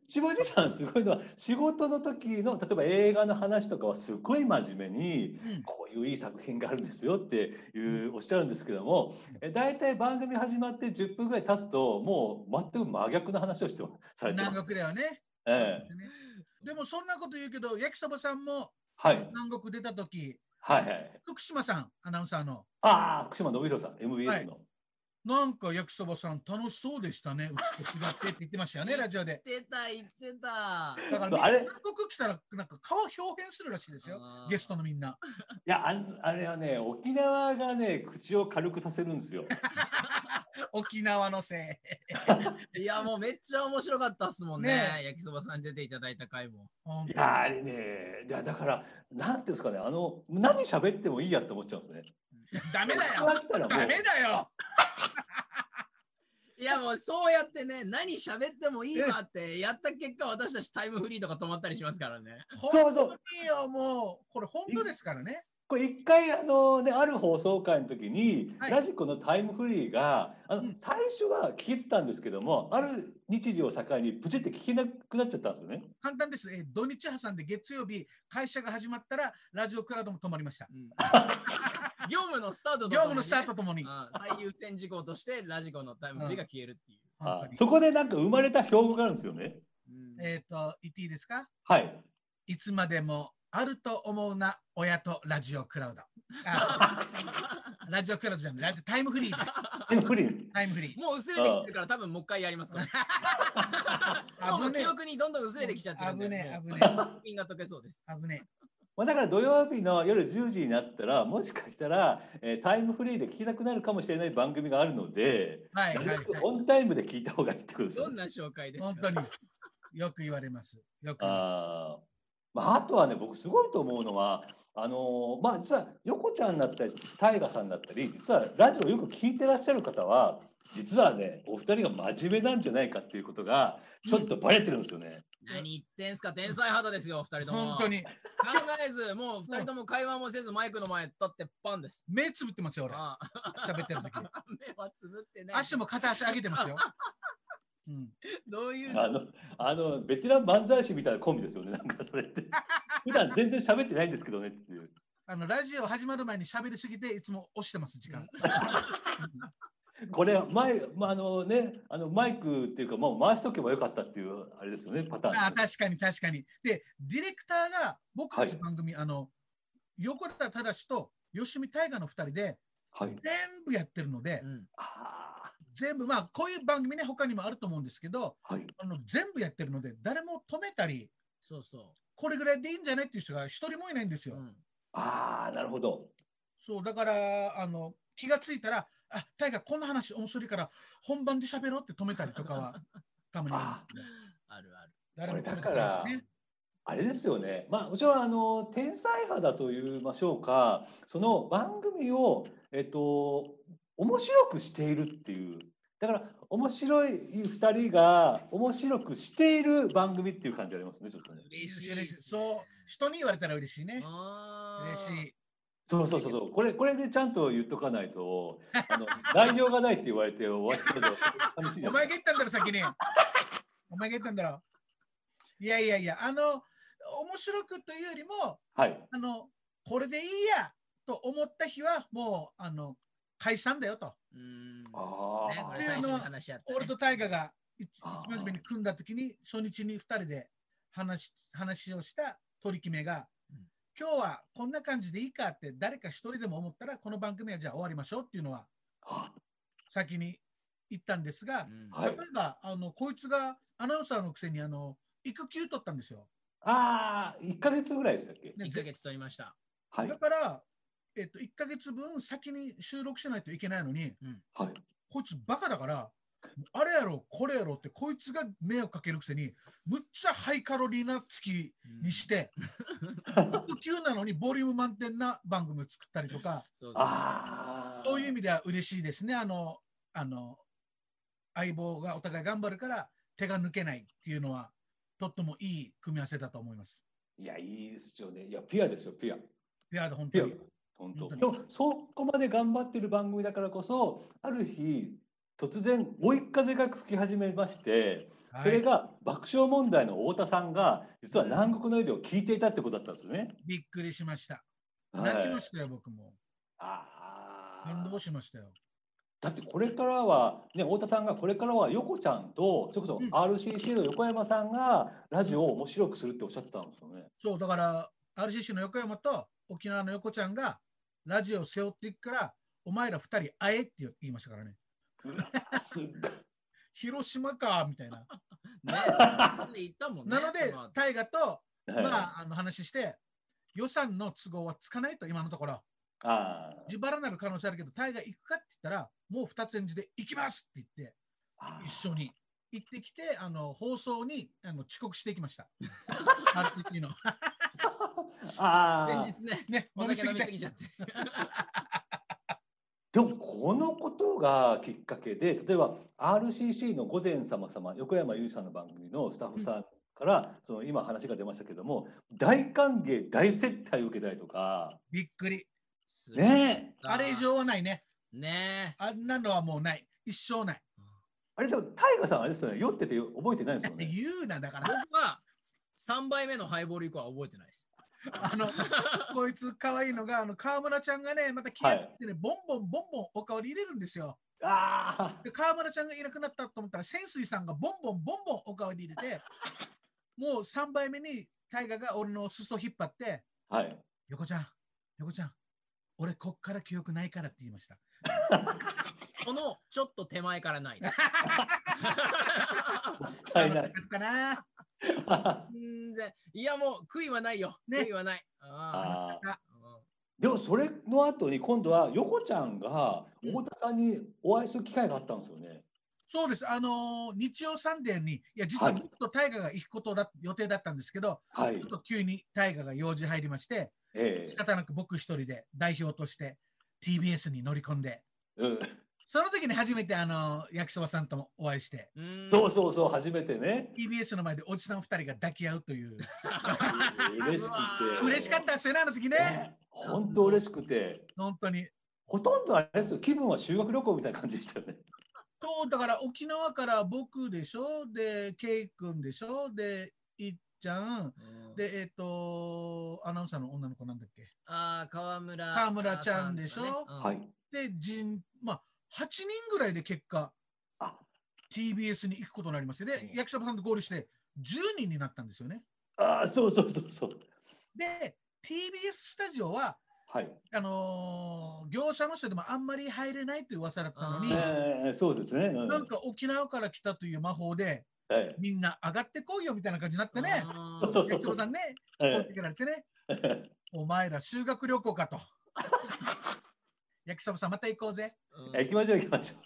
S2: しこじさんすごいのは仕事の時の例えば映画の話とかはすごい真面目に
S3: うん
S2: こういういい作品があるんですよっていうおっしゃるんですけどもえ大体番組始まって10分ぐらい経つともう全く真逆の話をしてますされてます
S3: 南。国ではね。
S2: ええ
S3: でもそんなこと言うけど、焼きそばさんも
S2: はい
S3: 南国出た時、
S2: はいはい。
S3: 福島さん、アナウンサーの。
S2: ああ福島信弘さん MBS の。
S3: なんか焼きそばさん楽しそうでしたね。うちと違ってって言ってましたよね、ラジオで。
S4: 言ってた、言ってた。
S3: だからみん
S2: あ
S3: な
S2: れ
S3: 南国来たらなんか顔表現するらしいですよ。
S4: あー
S3: ゲストのみんな。
S2: いやあんあれはね沖縄がね口を軽くさせるんです よ。
S3: 沖縄のせい。
S4: いや、もうめっちゃ面白かったっすもんね。
S3: ね
S4: 焼きそばさんに出ていただいた回も。
S3: 本
S2: い
S3: 当
S2: やーあれねいやだからなんていうんですかねあの何喋ってもいいやって思っちゃうんですね。
S3: ダメだ
S2: ここ
S3: よ
S2: が来たらも
S3: ダ
S2: う
S3: メだよ
S4: いやもうそうやってね、何喋ってもいいわってやった結果、私たちタイムフリーとか止まったりしますからね。
S3: 本
S2: そうそう
S3: 当によ、もう。これ本当ですからね。
S2: これ一回あのねある放送会の時に、
S3: はい
S2: ラジコのタイムフリーがあの、
S3: うん
S2: 最初は聞いてたんですけどもある日時を境にプチって聞けなくなっちゃったんですよね。
S3: 簡単です。えー土日挟んで月曜日、会社が始まったら、ラジオクラウドも止まりました。
S4: 業務のスタートとともにね
S3: 業務のスタートともに。
S4: うん最優先事項としてラジコのタイムフリーが消えるっていう。
S2: あ
S3: 本当
S2: そ
S3: に
S2: こでなんか生まれた標語があるんですよね。
S4: うん
S3: えっ、と、言っていいですか
S2: はい。
S3: いつまでもあると思うな、親とラジオクラウド。 あラジオクラウドじゃない、ラジオタイムフリーで。
S2: タイムフリー。
S3: タイムフリー。
S4: もう薄れてきてるから多分もう一回やりますから。もう記憶にどんどん薄れてきちゃってるんで。
S3: 危ねえ、危ね
S4: もうピンが溶けそうです。
S3: え、危ね
S2: まあだから土曜日の夜10時になったらもしかしたら、えータイムフリーで聞けなくなるかもしれない番組があるので、
S3: え。はい、はい、
S2: な
S3: は
S2: る
S3: い
S2: べく。オンタイムで聞いた方がいいってことですよね
S4: どんな紹介ですか
S3: 本当に。よく言われます。よく言わ
S2: あーまあ、あとはね僕すごいと思うのはあのーまあ実は横ちゃんだったり大ガさんだったり実はラジオよく聞いてらっしゃる方は実はねお二人が真面目なんじゃないかっていうことがちょっとバレてるんですよね。
S4: 何言ってんすか天才肌ですよ、二
S3: れ
S4: 人
S3: る
S4: とも。
S3: 本当に。
S4: 考えず、もう二人とも会話もせずマイクの前立ってパンです。
S3: 目つぶってますよ、俺。
S4: ああ
S3: 喋ってる 時。
S4: 目はつぶってない。
S3: 足も片足上げてますよ。うん。
S4: どういう
S2: あのあの ベテラン漫才師みたいなコンビですよねなんかそれって普段全然喋ってないんですけどねっていう。
S3: あのラジオ始まる前に喋りすぎていつも押してます時間。
S2: これ前、まあ、あのね、あのマイクっていうか、もう回しとけばよかったっていう、あれですよね、パターン。
S3: ああ確かに確かに。で、ディレクターが僕たち番組、あの横田忠と吉見大河の2人で
S2: はい。
S3: 全部やってるので、
S4: うん
S2: あ
S3: 全部まあこういう番組ね他にもあると思うんですけど
S2: あ、はい。
S3: あの全部やってるので誰も止めたり
S4: そうそ
S3: これぐらいでいいんじゃないっていう人が一人もいないんです
S4: う。
S3: よ。
S4: うん
S2: ああ、なるほど。
S3: そうだからあの気がついたら「あ大河こんな話面白いから本番で喋ろう」って止めたりとかは たまにあ
S2: あ
S3: る
S4: あるある。
S3: 誰も止めて
S2: これだから
S3: くれないね
S2: あれですよね。まあ、もちろん、あの、天才派だと言いましょうか、その番組を、えっと、面白くしているっていう。だから、面白い二人が、面白くしている番組っていう感じありますね、ちょっとね。
S4: 嬉しい
S3: 嬉しいそう人に言われたら嬉しいね。嬉
S4: 嬉
S3: しい。
S2: そうそうそうそう、これ、これでちゃんと言っとかないと、あの、 内容がないって言われて終わっちゃうと寂しいじゃ
S3: お
S2: ない
S3: 前が言ったんだろ、先に。お前が言ったんだろ。いやいやいや、あの、面白くというよりも、
S2: はい。
S3: あの、これでいいやと思った日は、もう、あの、解散だよと。
S4: うん。ね、
S2: あ
S4: こ
S2: あ。
S4: れ最初に話し合った、ね。
S3: 俺と大河が一
S2: あー
S3: 一番初めに組んだ時に、初日に2人で話し話をした取り決めが、
S4: うん
S3: 今日はこんな感じでいいかって誰か一人でも思ったら、この番組はじゃあ終わりましょうっていうのは
S2: あ
S3: 先に言ったんですが
S4: う、ん
S2: はい
S3: 例えばあのこいつがアナウンサーのくせにあの育休取ったんですよ。
S2: あー、一ヶ月ぐらいでしたっけ。
S3: ね
S4: 1ヶ月取りました。
S2: はい
S3: だ。から、えっと、1ヶ月分先に収録しないといけないのに、
S2: はい。
S3: こいつバカだから、あれやろ、これやろって、こいつが迷惑かけるくせに、むっちゃハイカロリーな月 にして、育休なのにボリューム満点な番組を作ったりとか、
S4: そうそう。
S2: ああ。
S3: そういう意味では嬉しいですね。あの、あの、相棒がお互い頑張るから手が抜けないっていうのは、とってもいい組み合わせだと思います。
S2: いや、いいですよね。いや、ピュアですよ、ピュア。
S3: いや、本
S2: ピ
S3: 当
S2: ュア
S3: に。。
S2: 本当。
S3: 本
S2: でも、そこまで頑張ってる番組だからこそ、ある日、突然、追い風が吹き始めまして、
S3: はい
S2: それが爆笑問題の太田さんが、実は南国の夜を聞いていたってことだったんですよね。
S3: びっくりしました。
S2: はい
S3: 泣きましたよ、僕も。
S2: あ
S3: 感動
S2: あ。
S3: しましたよ。
S2: だってこれからは、ね、太田さんがこれからは横ちゃんと、それこそ
S3: うん
S2: RCC の横山さんがラジオを面白くするっておっしゃってたんですよね。
S3: そう、だから、RCC の横山と沖縄の横ちゃんがラジオを背負っていくから、お前ら二人会えって言いましたからね。
S2: すっ
S3: 広島か、みた いな。
S4: ね、言ったもんね。
S3: なので
S4: そ後、
S3: 大河と、
S2: ごいはい
S3: まあ、あの話して、予算の都合はつかないと、今のところ。
S2: あー
S3: 自腹になる可能性あるけど、タイが行くかって言ったら、もう二つ返事で行きますって言って、
S2: あー
S3: 一緒に行ってきて、あの放送にあの遅刻していきました。RCT の。
S2: あー
S4: 前日ね、
S3: ね、
S4: お
S3: 飲みす
S4: 酒飲
S3: ぎ
S4: みすぎ
S3: て。
S4: ちゃって。
S2: でもこのことがきっかけで例えば RCC の「午前様様」横山由依さんの番組のスタッフさんから、その今話が出ましたけども大歓迎大接待を受けたりとか
S3: びっくり。
S4: すごい
S2: ねえ
S4: な
S3: あれ以。上はないね。
S4: ね
S3: あんなのはもうない。一生ない。
S2: あれでも大河さんあれですよね酔ってて覚えてないですよね。
S3: 言うな、だ から。
S4: 僕は3杯目のハイボール以降は覚えてないです。
S3: あの、こいつ可愛いのが、あの、川村ちゃんがね、また気がってね、ボンボンボンボンお香り入れるんですよ。
S2: ああ
S3: で、川村ちゃんがいなくなったと思ったら、潜水さんがボンボンボンボンお香り入れて、もう3杯目に大河が俺の裾引っ張って、
S2: はい、
S3: 横ちゃん、横ちゃん、俺こっから記憶ないからって言いました。
S4: このちょっと手前か らないです。
S2: 足りな
S3: 楽
S2: い
S3: し。かったな。
S4: 全然。いやもう悔いはないよ。
S3: ね
S4: 悔いはない。あ
S2: あー
S4: あ。
S2: でもそれの後に今度は横ちゃんが太田さんにお会いする機会があったんですよね。
S3: そうです。あのー日曜サンデーに、いや、実は
S2: はい
S3: 僕と大河が行くことだ予定だったんですけど、
S2: は
S3: ち
S2: い
S3: ょっ、と急に大河が用事入りまして、
S2: え
S3: 仕
S2: え
S3: 方なく僕一人で代表として TBS に乗り込んで、
S2: うん、
S3: その時に初めてあの焼きそばさんともお会いして、
S4: うん
S2: そうそうそう初めてね
S3: TBS の前でおじさん二人が抱き合うと いう、
S2: 嬉しくて
S3: 嬉しかったですよね、あの時ね。
S2: ね、本当嬉しくて、
S3: 本当に。
S2: ほとんどあれですよ、気分は修学旅行みたいな感じでしたよね。
S3: と、だから沖縄から僕でしょ、で、ケイ君でしょ、で、いっちゃん、
S4: うん。
S3: で、えっ、と、アナウンサーの女の子なんだっけ
S4: ああ、河村さんとかね。
S3: 河村ちゃんでしょ
S4: うん
S2: はい。
S3: で、人、まあ、8人ぐらいで結果、
S2: あ
S3: TBS に行くことになりますよで、役所さんと合流して、10人になったんですよね。
S2: ああ、そうそうそうそう。
S3: で、TBS スタジオは、
S2: はい。
S3: あのー業者の人でもあんまり入れないという噂だったのに、
S2: えー、そうですね。う
S3: なんか沖縄から来たという魔法で、
S2: はい
S3: みんな上がってこいよみたいな感じになってね、
S4: うん
S2: そうそう
S3: 役所さんね、
S2: え
S3: 持ってきられて ね、
S2: ー
S3: お前ら修学旅行かと。焼きそばさん、また行こうぜ。
S4: うん
S2: 行きましょう、行きましょ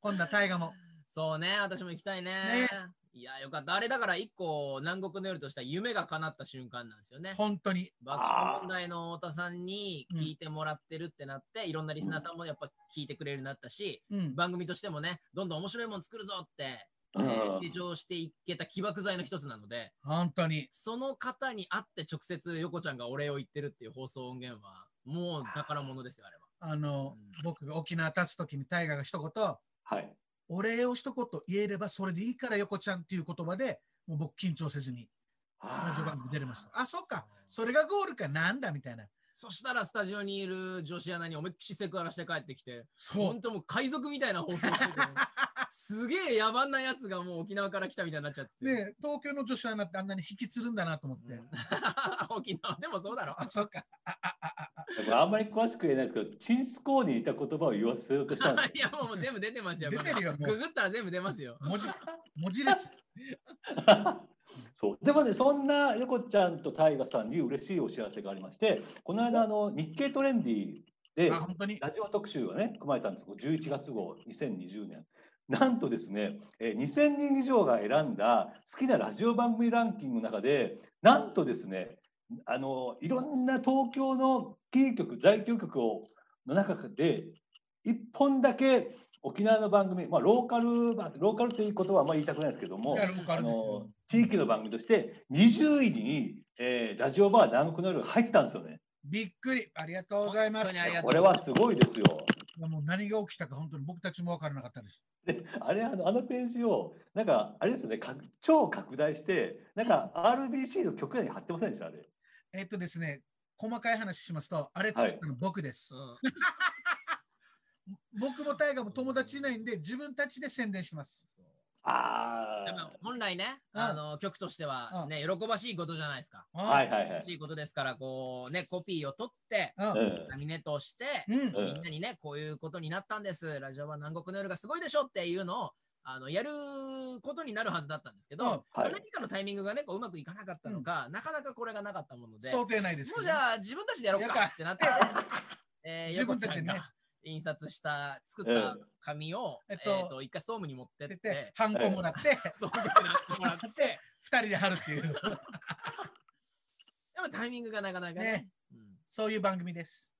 S3: 今度は大河も。
S4: そうね、私も行きたいね。
S3: ね
S4: いや、よかった。あれだから一個、南国の夜とした夢が叶った瞬間なんですよね。
S3: 本当に。
S4: 爆笑問題の太田さんに聞いてもらってるってなって、いろんなリスナーさんもやっぱ聞いてくれるようになったし、
S3: うん。
S4: 番組としてもね、どんどん面白いもの作るぞって、
S2: う。うん
S4: 成長していけた起爆剤の一つなので、
S3: 本当に。
S4: その方に会って直接横ちゃんがお礼を言ってるっていう放送音源は、もう宝物ですよ、あれは。
S3: あの、
S4: うん
S3: 僕が沖縄立つときに大河が一言、
S2: はい。
S3: お礼を一言言えればそれでいいから横ちゃんっていう言葉で、もう僕緊張せずに、ラジオ番組出れました。あ、そっか。それがゴールかなんだみたいな。
S4: そしたらスタジオにいる女子アナに思いっきりセクハラして帰ってきて、
S3: そ
S4: 本
S3: う。
S4: 当もう海賊みたいな放送 してて、すげえ野蛮なやつがもう沖縄から来たみたいになっちゃって。
S3: ねえ東京の女子アナってあんなに引きつるんだなと思っ
S4: う
S3: て。
S4: ん 沖縄でもそうだろ。
S3: あ、そっか。
S2: でもあんまり詳しく言えないですけど、チンスコーに似た言葉を言わせようとしたんですよ
S4: いやもう全部出てますよ。
S3: 出てるよ
S4: これ
S3: もう
S4: ググったら全部出ますよ。
S3: 文字、文字列。
S2: そうでもね、そんな横ちゃんと大河さんに嬉しいお知らせがありまして、この間、あの日経トレンディで
S3: あ、本当に。
S2: ラジオ特集がね、組まれたんですよ、11月号、2020年。なんとですね、えー2000人以上が選んだ好きなラジオ番組ランキングの中で、なんとですね、あのいろんな東京のキー局、在京局をの中で、1本だけ沖縄の番組、まあ、ローカル番、ローカルということはあんまり言いたくないですけども、
S3: やる僕あ
S2: あ
S3: るんですよ
S2: の地域の番組として20位に、えーラジオバー南国の夜が入ったんですよね。
S3: びっくり。ありがとうございます。
S4: 本当にありがと
S2: これはすごいですよ。
S3: いやもう何が起きたか本当に僕たちも分からなかったです。
S2: であれあのあのページをなんかあれですよねか超拡大してなんか RBC の局内に貼ってませんでしたあれ。
S3: えっとですね、細かい話しますと、あれ作ったの僕です。
S4: うん
S3: 僕も大河も友達いないんで、自分たちで宣伝してます。
S2: あ
S4: やっぱ本来ね、
S3: うん
S4: あの曲としてはね、喜ばしいことじゃないですか。
S2: あ
S3: あ
S2: はいはいは
S4: 喜ば
S2: い。
S4: しいことですから、こうね、コピーを取って、
S3: あ
S2: うん
S4: ラミネートをして、
S3: うん。
S2: うん
S4: みんなにね、こういうことになったんです。ラジオ版南国の夜がすごいでしょっていうのを、あの、やることになるはずだったんですけど、
S3: うん
S2: はい
S4: 何かのタイミングがね、こううまくいかなかったのか、なかなかこれがなかったもので、
S3: 想定内です
S4: も
S3: け
S4: う
S3: ど
S4: じ
S3: ね。
S4: ゃあ自分たちでやろう
S3: や
S4: か
S3: る
S4: ってなって、えー、
S3: 自
S4: 横
S3: 分
S4: ち
S3: た
S4: ゃ
S3: ちで
S4: ん
S3: ね
S4: が印刷した、作っ
S2: う
S4: た
S2: ん
S4: 紙を、え
S3: え
S4: っ
S3: っと
S4: と、一回総務に持ってっ
S3: 出
S4: て
S3: て、、ハンコもらって、
S4: 総務になってもらって、で
S3: 二人で貼るっていう、
S4: もタイミングがなかなかね。
S3: ね
S4: うん
S3: そういう番組です。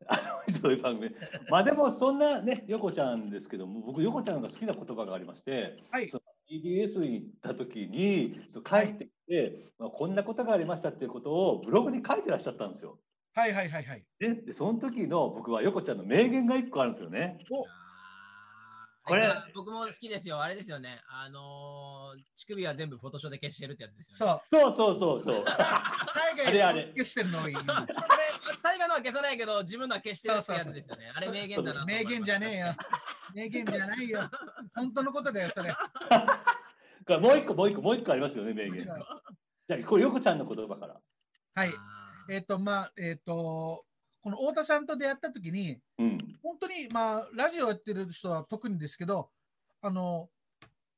S2: そういう番組。まあでもそんなね、横ちゃんですけども、僕、横ちゃんが好きな言葉がありまして、
S3: はい
S2: その TBS に行った時に、その帰ってきて、まあ、こんなことがありましたっていうことをブログに書いてらっしゃったんですよ。
S3: はいはいはいはい。
S2: で、でその時の僕は横ちゃんの名言が1個あるんですよね。
S3: お
S4: あー
S2: これ
S4: あ僕も好きですよ。あれですよね。あのー、乳首は全部フォトショーで消してるってやつですよね。
S3: そう。
S2: そうそうそうそう。
S3: 海
S2: あれあ
S3: 外
S2: れ
S3: で消してるのをいい。
S4: あれ、大河のは消さないけど、自分のは消してるってやつですよね。あれ
S3: そうそうそう
S4: 名言だなと思いま
S3: 名
S4: した。
S3: 言じゃねえ よ。名言じゃないよ。本当のことだよ、それ。
S2: これもう1個、もう1個、もう1個ありますよね、名言。じゃあ、これ横ちゃんの言葉から。
S3: はい。
S4: あー。
S3: えっ、と、まあ、えっ、と、この太田さんと出会った時に、
S2: うん。
S3: 本当に、まあ、ラジオやってる人は特にですけど、あの、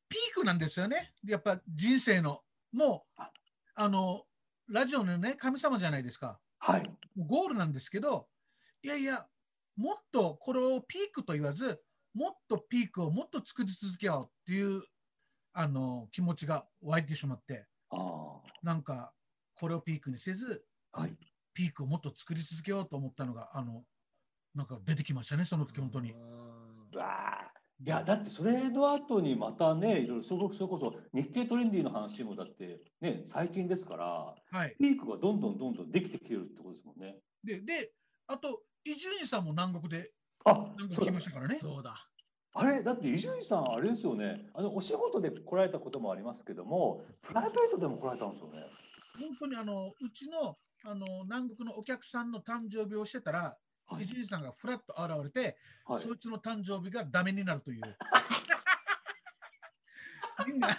S3: ピークなんですよね。やっぱ人生の。もう
S2: あ、
S3: あの、ラジオのね、神様じゃないですか。
S2: はい。
S3: もうゴールなんですけど、いやいや、もっとこれをピークと言わず、もっとピークをもっと作り続けようっていう、あの、気持ちが湧いてしまって、
S2: ああ。
S3: なんか、これをピークにせず、
S2: はい。
S3: ピークをもっと作り続けようと思ったのが、あの、なんか出てきましたね、その時、本当に。
S4: うん
S2: うわあ。いやだってそれの後にまたねいろいろそれそれこそ日経トレンディの話もだってね最近ですから
S3: はい。
S2: ピークがどんどんどんどんできてきてるってことですもんね。
S3: で、で、あと、伊集院さんも南国で、
S2: あ
S3: 南
S2: そう
S3: 国来
S2: だ
S3: ましたからね。
S4: そうだ。
S2: あれだって伊集院さんあれですよねあのお仕事で来られたこともありますけどもプライベートでも来られたんですよね。
S3: 本当にあのうちのあの南国のお客さんの誕生日をしてたら、
S2: はい
S3: 伊集院さんがふらっと現れて、
S2: はい
S3: そいつの誕生日がダメになる という。みんな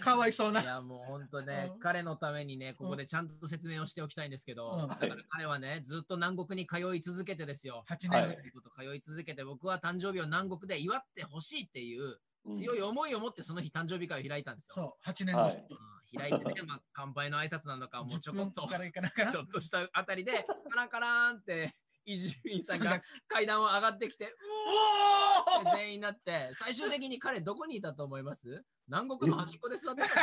S3: かわいそう
S4: い
S3: な。
S4: やもう本当ね
S3: うん、
S4: 彼のためにね、ここでちゃんと説明をしておきたいんですけ
S3: うん
S4: ど、
S2: はい
S4: 彼はね、ずっと南国に通い続けてですよ。
S3: 8年、
S2: はい
S4: ということ通い続けて、僕は誕生日を南国で祝ってほしいっていう強い思いを持って、その日誕生日会を開いたんですよ。
S3: そう、8年
S2: は
S3: 後、
S2: い
S4: うん開いてね、まあ、乾杯の挨拶なのか、もうちょ
S3: 10
S4: こっ
S3: 分
S4: と、
S3: からいかなかな
S4: ちょっとしたあたりで、カランカランって、伊集院さんが階段を上がってきて、
S3: お
S4: って全員なって、最終的に彼どこにいたと思います南国の端っこで座ってたんですよ。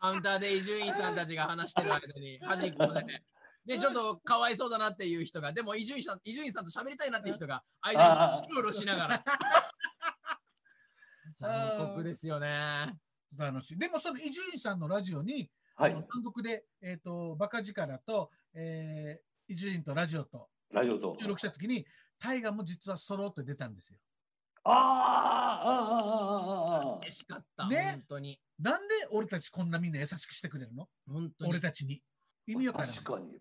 S4: カウンターで伊集院さんたちが話してる間に端っこで。で、ちょっとかわいそうだなっていう人が、でも伊集院さん伊集院さんと喋りたいなっていう人が間にうろうろしながら。残酷ですよね。
S3: お楽しい。でもその伊集院さんのラジオに、
S2: は
S3: あの
S2: い、
S3: 単独で、えっ、と、バカ力と、えー伊集院とラジオと
S2: ラジオと。
S3: 収録したときに、タイガも実は揃って出たんですよ。
S2: あーあーあーあーあーあー
S4: 嬉しかった、
S3: ね
S4: 本当に。
S3: なんで俺たちこんなみんな優しくしてくれるの
S4: 本当
S3: 俺
S4: に。
S3: たちに。意味わからん。
S2: 確かに。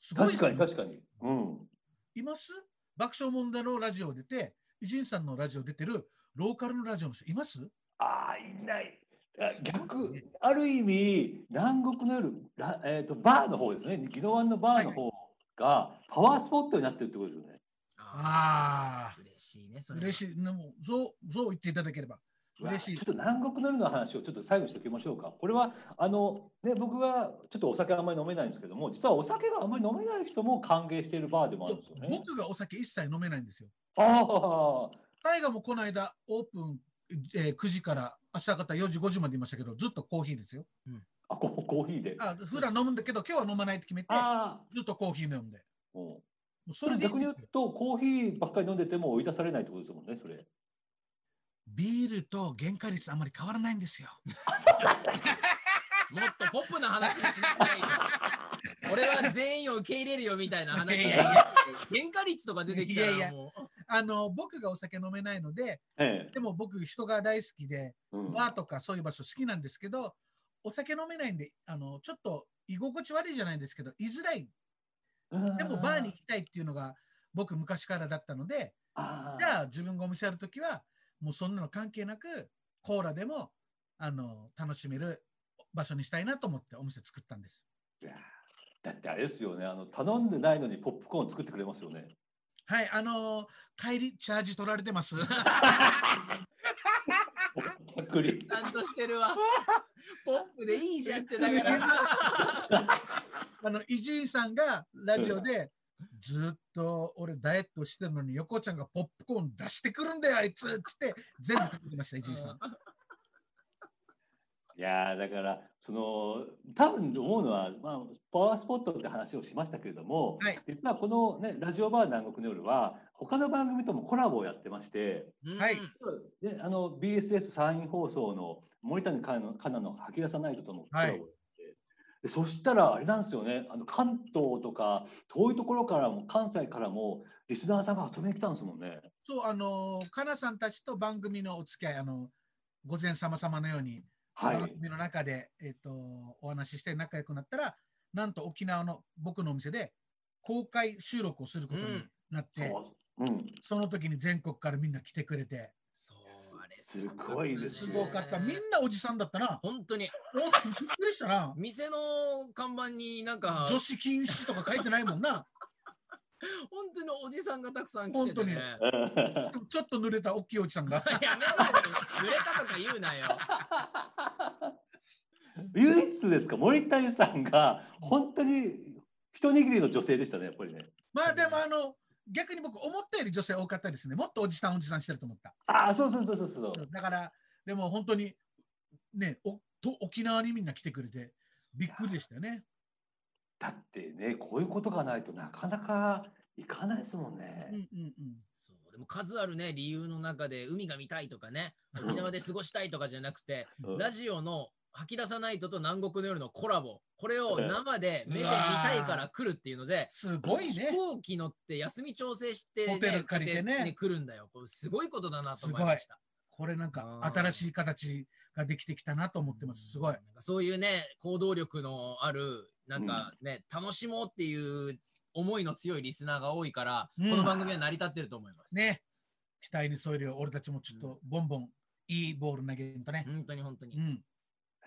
S3: すごい
S2: 確かに、確かに。うん。
S3: います爆笑問題のラジオ出て、伊集院さんのラジオ出てる、ローカルのラジオの人います
S2: ああ、いない。あ
S3: すごい
S2: 逆
S3: ね、
S2: ある意味、南国の夜、らえー、とバーの方ですね、宜野湾のバーの方がパワースポットになってるってことですよね。
S3: ああ。
S4: 嬉しいね、それは。
S3: 嬉しい。でもそう、そう言っていただければ。嬉しい
S2: ちょっと南国の夜の話をちょっと最後にしておきましょうか。これは、あの、ね、僕がちょっとお酒あんまり飲めないんですけども、実はお酒があんまり飲めない人も歓迎しているバーでもあるんですよね。
S3: 僕がお酒一切飲めないんですよ。
S2: ああ、
S3: タイガもこの間、オープン、えー9時から朝方4時5時までいましたけど、ずっとコーヒーですよ。
S2: あココーヒーで。あ
S3: あ普段飲むんだけど、今日は飲まないって決めて、
S2: あ
S3: ずっとコーヒー飲んで。
S2: ー、も
S3: もうそうれでいい
S2: 逆に言うと、コーヒーばっかり飲んでても追い出されないってことですもんね、それ。
S3: ビールと原価率あまり変わらないんですよ。
S4: もっとポップな話にしなさいよ。俺は全員を受け入れるよみたいな話
S3: い
S4: に。
S3: やい
S4: 原
S3: や
S4: 価率とか出てきたらもう。
S3: いやいやあの、僕がお酒飲めないので、
S2: ええ。
S3: でも僕人が大好きで、
S2: うん
S3: バーとかそういう場所好きなんですけど、お酒飲めないんで、あの、ちょっと居心地悪いじゃないんですけど、居づらい。でもバーに行。きたいっていうのが僕昔からだったので、
S2: あー
S3: じゃあ自分がお店やるときは、もうそんなの関係なく、コーラでも、あの、楽しめる場所にしたいなと思ってお店作ったんです。
S2: いやーだってあれですよね、あの頼んでないのにポップコーン作ってくれますよね。
S3: はい、あの帰りチャージ取られてます。
S2: ぼったく り。
S4: ちゃんとしてるわ。ポップでいいじゃんってだからさ。
S3: あの、伊集院さんがラジオで、ずっと俺ダイエットしてるのに横ちゃんがポップコーン出してくるんだよ、あいつっつって全部食べてました、伊集院さん。
S2: いやーだから、その多分思うのは、まあ、パワースポットって話をしましたけれども、
S3: はい
S2: 実はこの、ね、ラジオバー南国の夜は、他の番組ともコラボをやってまして、
S4: うん
S3: はい
S2: であの BSS 山陰放送の森谷かなかなの吐き出さないとともコラボをやって、でそしたらあれなんですよねあの関東とか遠いところからも関西からもリスナーさんが遊びに来たんですもんね。
S3: そう、あの、かなさんたちと番組のお付き合い、あの、午前様様のように、
S2: はい、
S3: 番組の中で、えっとお話しして仲良くなったら、なんと沖縄の僕のお店で公開収録をすることになって、
S2: そううん、
S3: その時に全国からみんな来てくれて、
S4: そう、あれ
S2: すごいです
S3: す
S2: ね
S3: ごかった。みんなおじさんだったな。
S4: 本当に、
S3: おびっくりしたな。
S4: 店の看板になんか、
S3: 女子禁止とか書いてないもんな。
S4: 本当におじさんがたくさん来てて、ね。
S3: 本でもちょっと濡れた大きいおじさんが。
S4: やめろよ、濡れたとか言うなよ。
S2: 唯一ですか森谷さんが本当に一握りの女性でしたねやっぱりね。
S3: まあでもあの、逆に僕思ったより女性多かったですね。もっとおじさんおじさんしてると思った。
S2: ああそうそうそうそうそう。
S3: だから、でも本当に、ね、おと沖縄にみんな来てくれて、びっくりでしたよね。
S2: だってねこういうことがないとなかなかいかないですもんね。
S3: うんうんうん。
S4: そうでも数あるね、理由の中で、海が見たいとかね、沖縄で過ごしたいとかじゃなくて、
S2: うん
S4: ラジオの吐き出さないとと南国の夜のコラボ、これを生で目で見たいから来るっていうので、
S3: すごい
S4: 飛
S3: ね。
S4: 行機乗って休み調整して、
S3: ホテル借りてね
S4: 来るんだよ。これすごいことだなと思いました。
S3: これなんか
S4: あー
S3: 新しい形、ができてきたなと思ってます。すごい。
S4: なんかそういうね、行動力のある、なんかね、楽しもうっていう思いの強いリスナーが多いから、
S3: うん
S4: この番組は成り立ってると思います。
S3: ね。期待に添えるよ。俺たちもちょっとボンボンいいボール投げんとね。
S4: 本当に本当に。
S3: うん。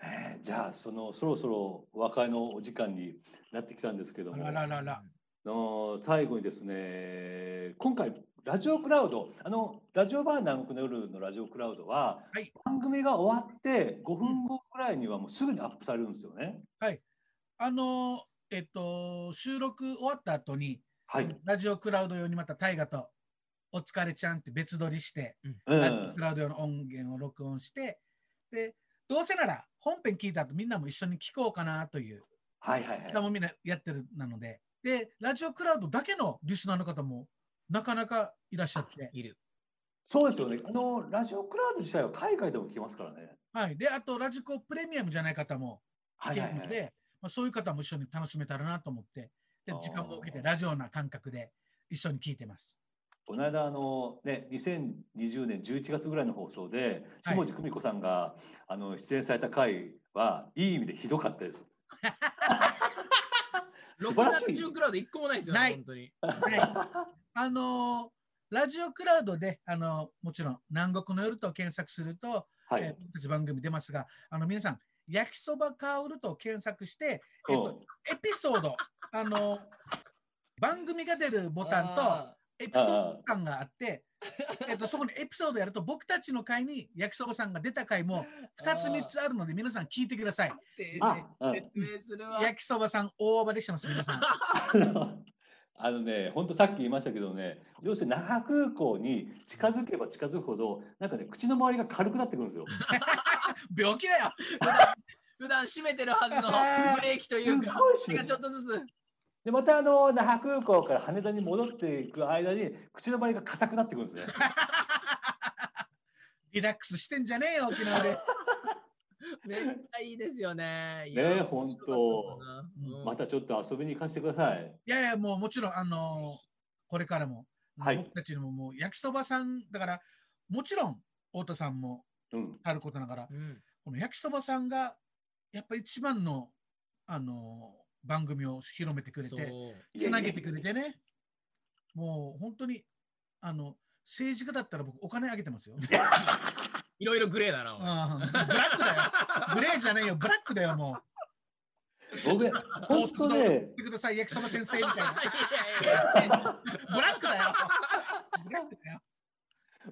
S2: えーじゃあそのそろそろお別れのお時間になってきたんですけども
S3: あらららら。
S2: あの最後にですね今回ラジオクラウドあのラジオバー南国の夜のラジオクラウドは、
S3: はい
S2: 番組が終わって5分後くらいにはもうすぐにアップされるんですよね。
S3: あのーえっと、収録終わった後に、
S2: はい、
S3: ラジオクラウド用にまた大河とお疲れちゃんって別撮りして、
S2: うん
S3: ラジオクラウド用の音源を録音して、で、どうせなら本編聞いた後みんなも一緒に聞こうかなという、
S2: はいはいはい
S3: これもみんなやってるなので、で、ラジオクラウドだけのリスナーの方もなかなかいらっしゃって、
S4: いる。
S2: そうですよねあのラジオクラウド自体は海外でも聞けますからね。
S3: はい。で、あとラジコプレミアムじゃない方も聞
S2: はい
S3: け
S2: は
S3: る
S2: い
S3: の
S2: は
S3: で、
S2: い、
S3: まあ、そういう方も一緒に楽しめたらなと思って、で
S2: あー
S3: 時間を設けてラジオな感覚で一緒に聞いてます。
S2: この間あの、ね、2020年11月ぐらいの放送で
S3: はい
S2: 下地久美子さんが、あの出演された回はいい意味でひどかったです。素
S4: 6
S2: 晴らしい
S4: 月中クラウド1個もないですよ
S3: ない
S4: ね、本当に。
S3: はい、 あのーラジオクラウドで、あのーもちろん南国の夜と検索すると、
S2: はい、
S3: えー僕たち番組出ますが、あの皆さん、焼きそば香ると検索して、
S2: う
S3: え
S2: ん
S3: っとエピソード、あのー番組が出るボタンと、エピソードボタンがあって、えっと、そこにエピソードやると、僕たちの回に焼きそばさんが出た回も2つ
S4: あー
S3: 3つあるので、皆さん聞いてください。
S2: あうん
S4: 説明するわ。
S3: 焼きそばさん大暴れしてます、皆さん。
S2: あのね、本当さっき言いましたけどね、要するに那覇空港に近づけば近づくほど、なんかね、口の周りが軽くなってくるんですよ。
S3: 病気だよ。
S4: 普段閉めてるはず の
S3: あー
S4: ブレーキとい
S2: す
S4: うか、
S2: ごいし
S4: 手がちょっとずつ。
S2: で、またあの那覇空港から羽田に戻っていく間に、口の周りが硬くなってくるんですね。
S3: リラックスしてんじゃねえよ、沖縄で。
S4: めっちゃいいですよね。い
S2: ね
S4: や
S2: ほんと。
S4: 面白か
S2: ま
S4: った
S2: た
S4: な
S2: ちょっと遊びに行かせてください。
S3: いやいや、もうもちろん、あのこれからも、
S2: はい
S3: 僕たちのもう焼きそばさんだから、もちろん、太田さんも
S2: うん。
S3: あることながら、
S4: うんうん
S3: この焼きそばさんが、やっぱ一番の、あの番組を広めてくれ
S4: そう
S3: て、つなげてくれてね、もう本当に、あの、政治家だったら僕お金あげてますよ。うんブ
S4: いろいろグレーだ な。おい
S3: ラックだよ。グレーじゃないよ、ブラックだよ、もう。
S2: 僕ね、本
S3: 高
S2: 当
S3: 速道路作っ
S2: ね、
S3: てください、焼きそば先生みたいな。
S4: いやいやいや
S3: ブラックだよ。ブラックだよ。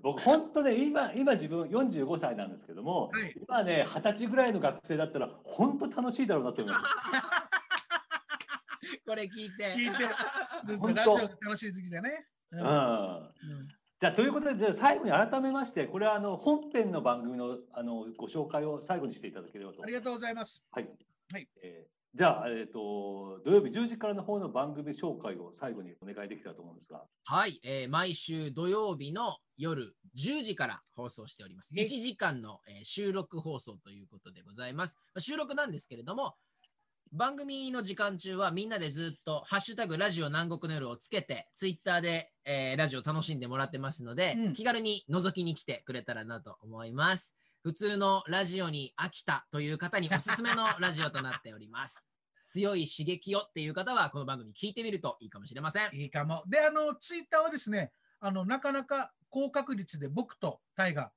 S2: 僕本当ね、今、今自分45歳なんですけども、
S3: はい
S2: 今ね、二十歳ぐらいの学生だったら、本当楽しいだろうなと思います。
S4: これ聞いて。
S3: 聞い て、全
S2: 本
S3: 然
S2: 当
S3: ラジオが楽しい時期だね。 う
S2: うんん。じゃあということで、じゃあ最後に改めまして、これはあの本編の番組のあのご紹介を最後にしていただければと
S3: ありがとうございます。
S2: はい。
S3: はい
S2: えーじゃあ、えっ、と、土曜日10時からの方の番組紹介を最後にお願いできたらと思うんですが。
S4: はい、えー毎週土曜日の夜10時から放送しております。
S3: えい
S4: 1時間の、えー収録放送ということでございます。まあ収録なんですけれども、番組の時間中はみんなでずっと「ハッシュタグラジオ南国の夜」をつけて、ツイッターで、えーラジオ楽しんでもらってますので、
S3: うん
S4: 気軽に覗きに来てくれたらなと思います。普通のラジオに飽きたという方におすす めのラジオとなっております。強い刺激をっていう方はこの番組聞いてみるといいかもしれません。
S3: いいかも。で、あの、ツイッターはですね、あの、なかなか高確率で僕とタイガー、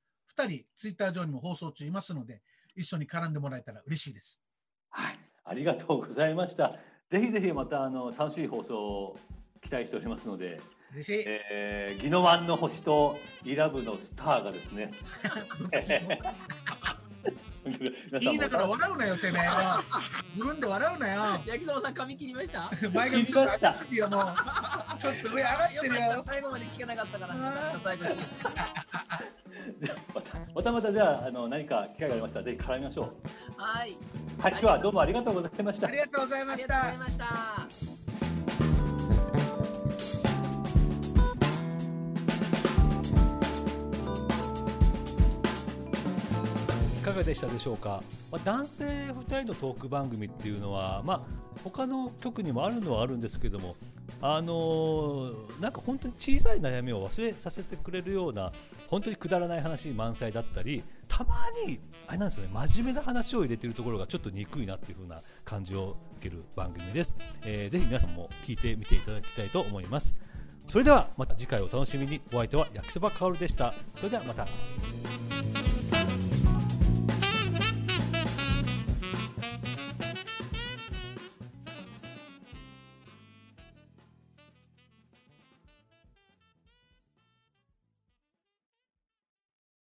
S3: 2人、ツイッター上にも放送中いますので、一緒に絡んでもらえたら嬉しいです。
S2: はい。ありがとうございました。ぜひぜひまたあの楽しい放送を期待しておりますので、
S3: 嬉しい。
S2: えー、ギノワンの星とイラブのスターがですね、 皆さ
S3: 言
S2: ん
S3: い
S2: も
S3: ながら笑うなよ、てめえ は。自分で笑うなよ。
S4: 焼きそばさん髪切りました
S3: 前髪ちょっと上がってるよ、もう。ちょっと上上がってる
S4: よかった
S3: よ。
S4: 最後まで聞けなかったからよかった最後に
S2: またまたまたじゃああの何か機会がありましたらぜひ絡みましょう。
S4: はい
S2: はい、今日はどうもありがとうございました
S3: あり。がとうござい
S4: あ
S3: ま
S4: り
S3: し
S4: がとうご
S3: た
S4: ざい。ました
S1: いかがでしたでしょうか、まあ、男性2人のトーク番組っていうのは、まあ、他の局にもあるのはあるんですけどもあのーなんか本当に小さい悩みを忘れさせてくれるような本当にくだらない話満載だったり
S2: たまにあれなんですよね真面目な話を入れてるところがちょっと憎いなっていう風な感じを受ける番組です、えーぜひ皆さんも聞いてみていただきたいと思いますそれではまた次回お楽しみにお相手は焼きそばかおるでしたそれではまた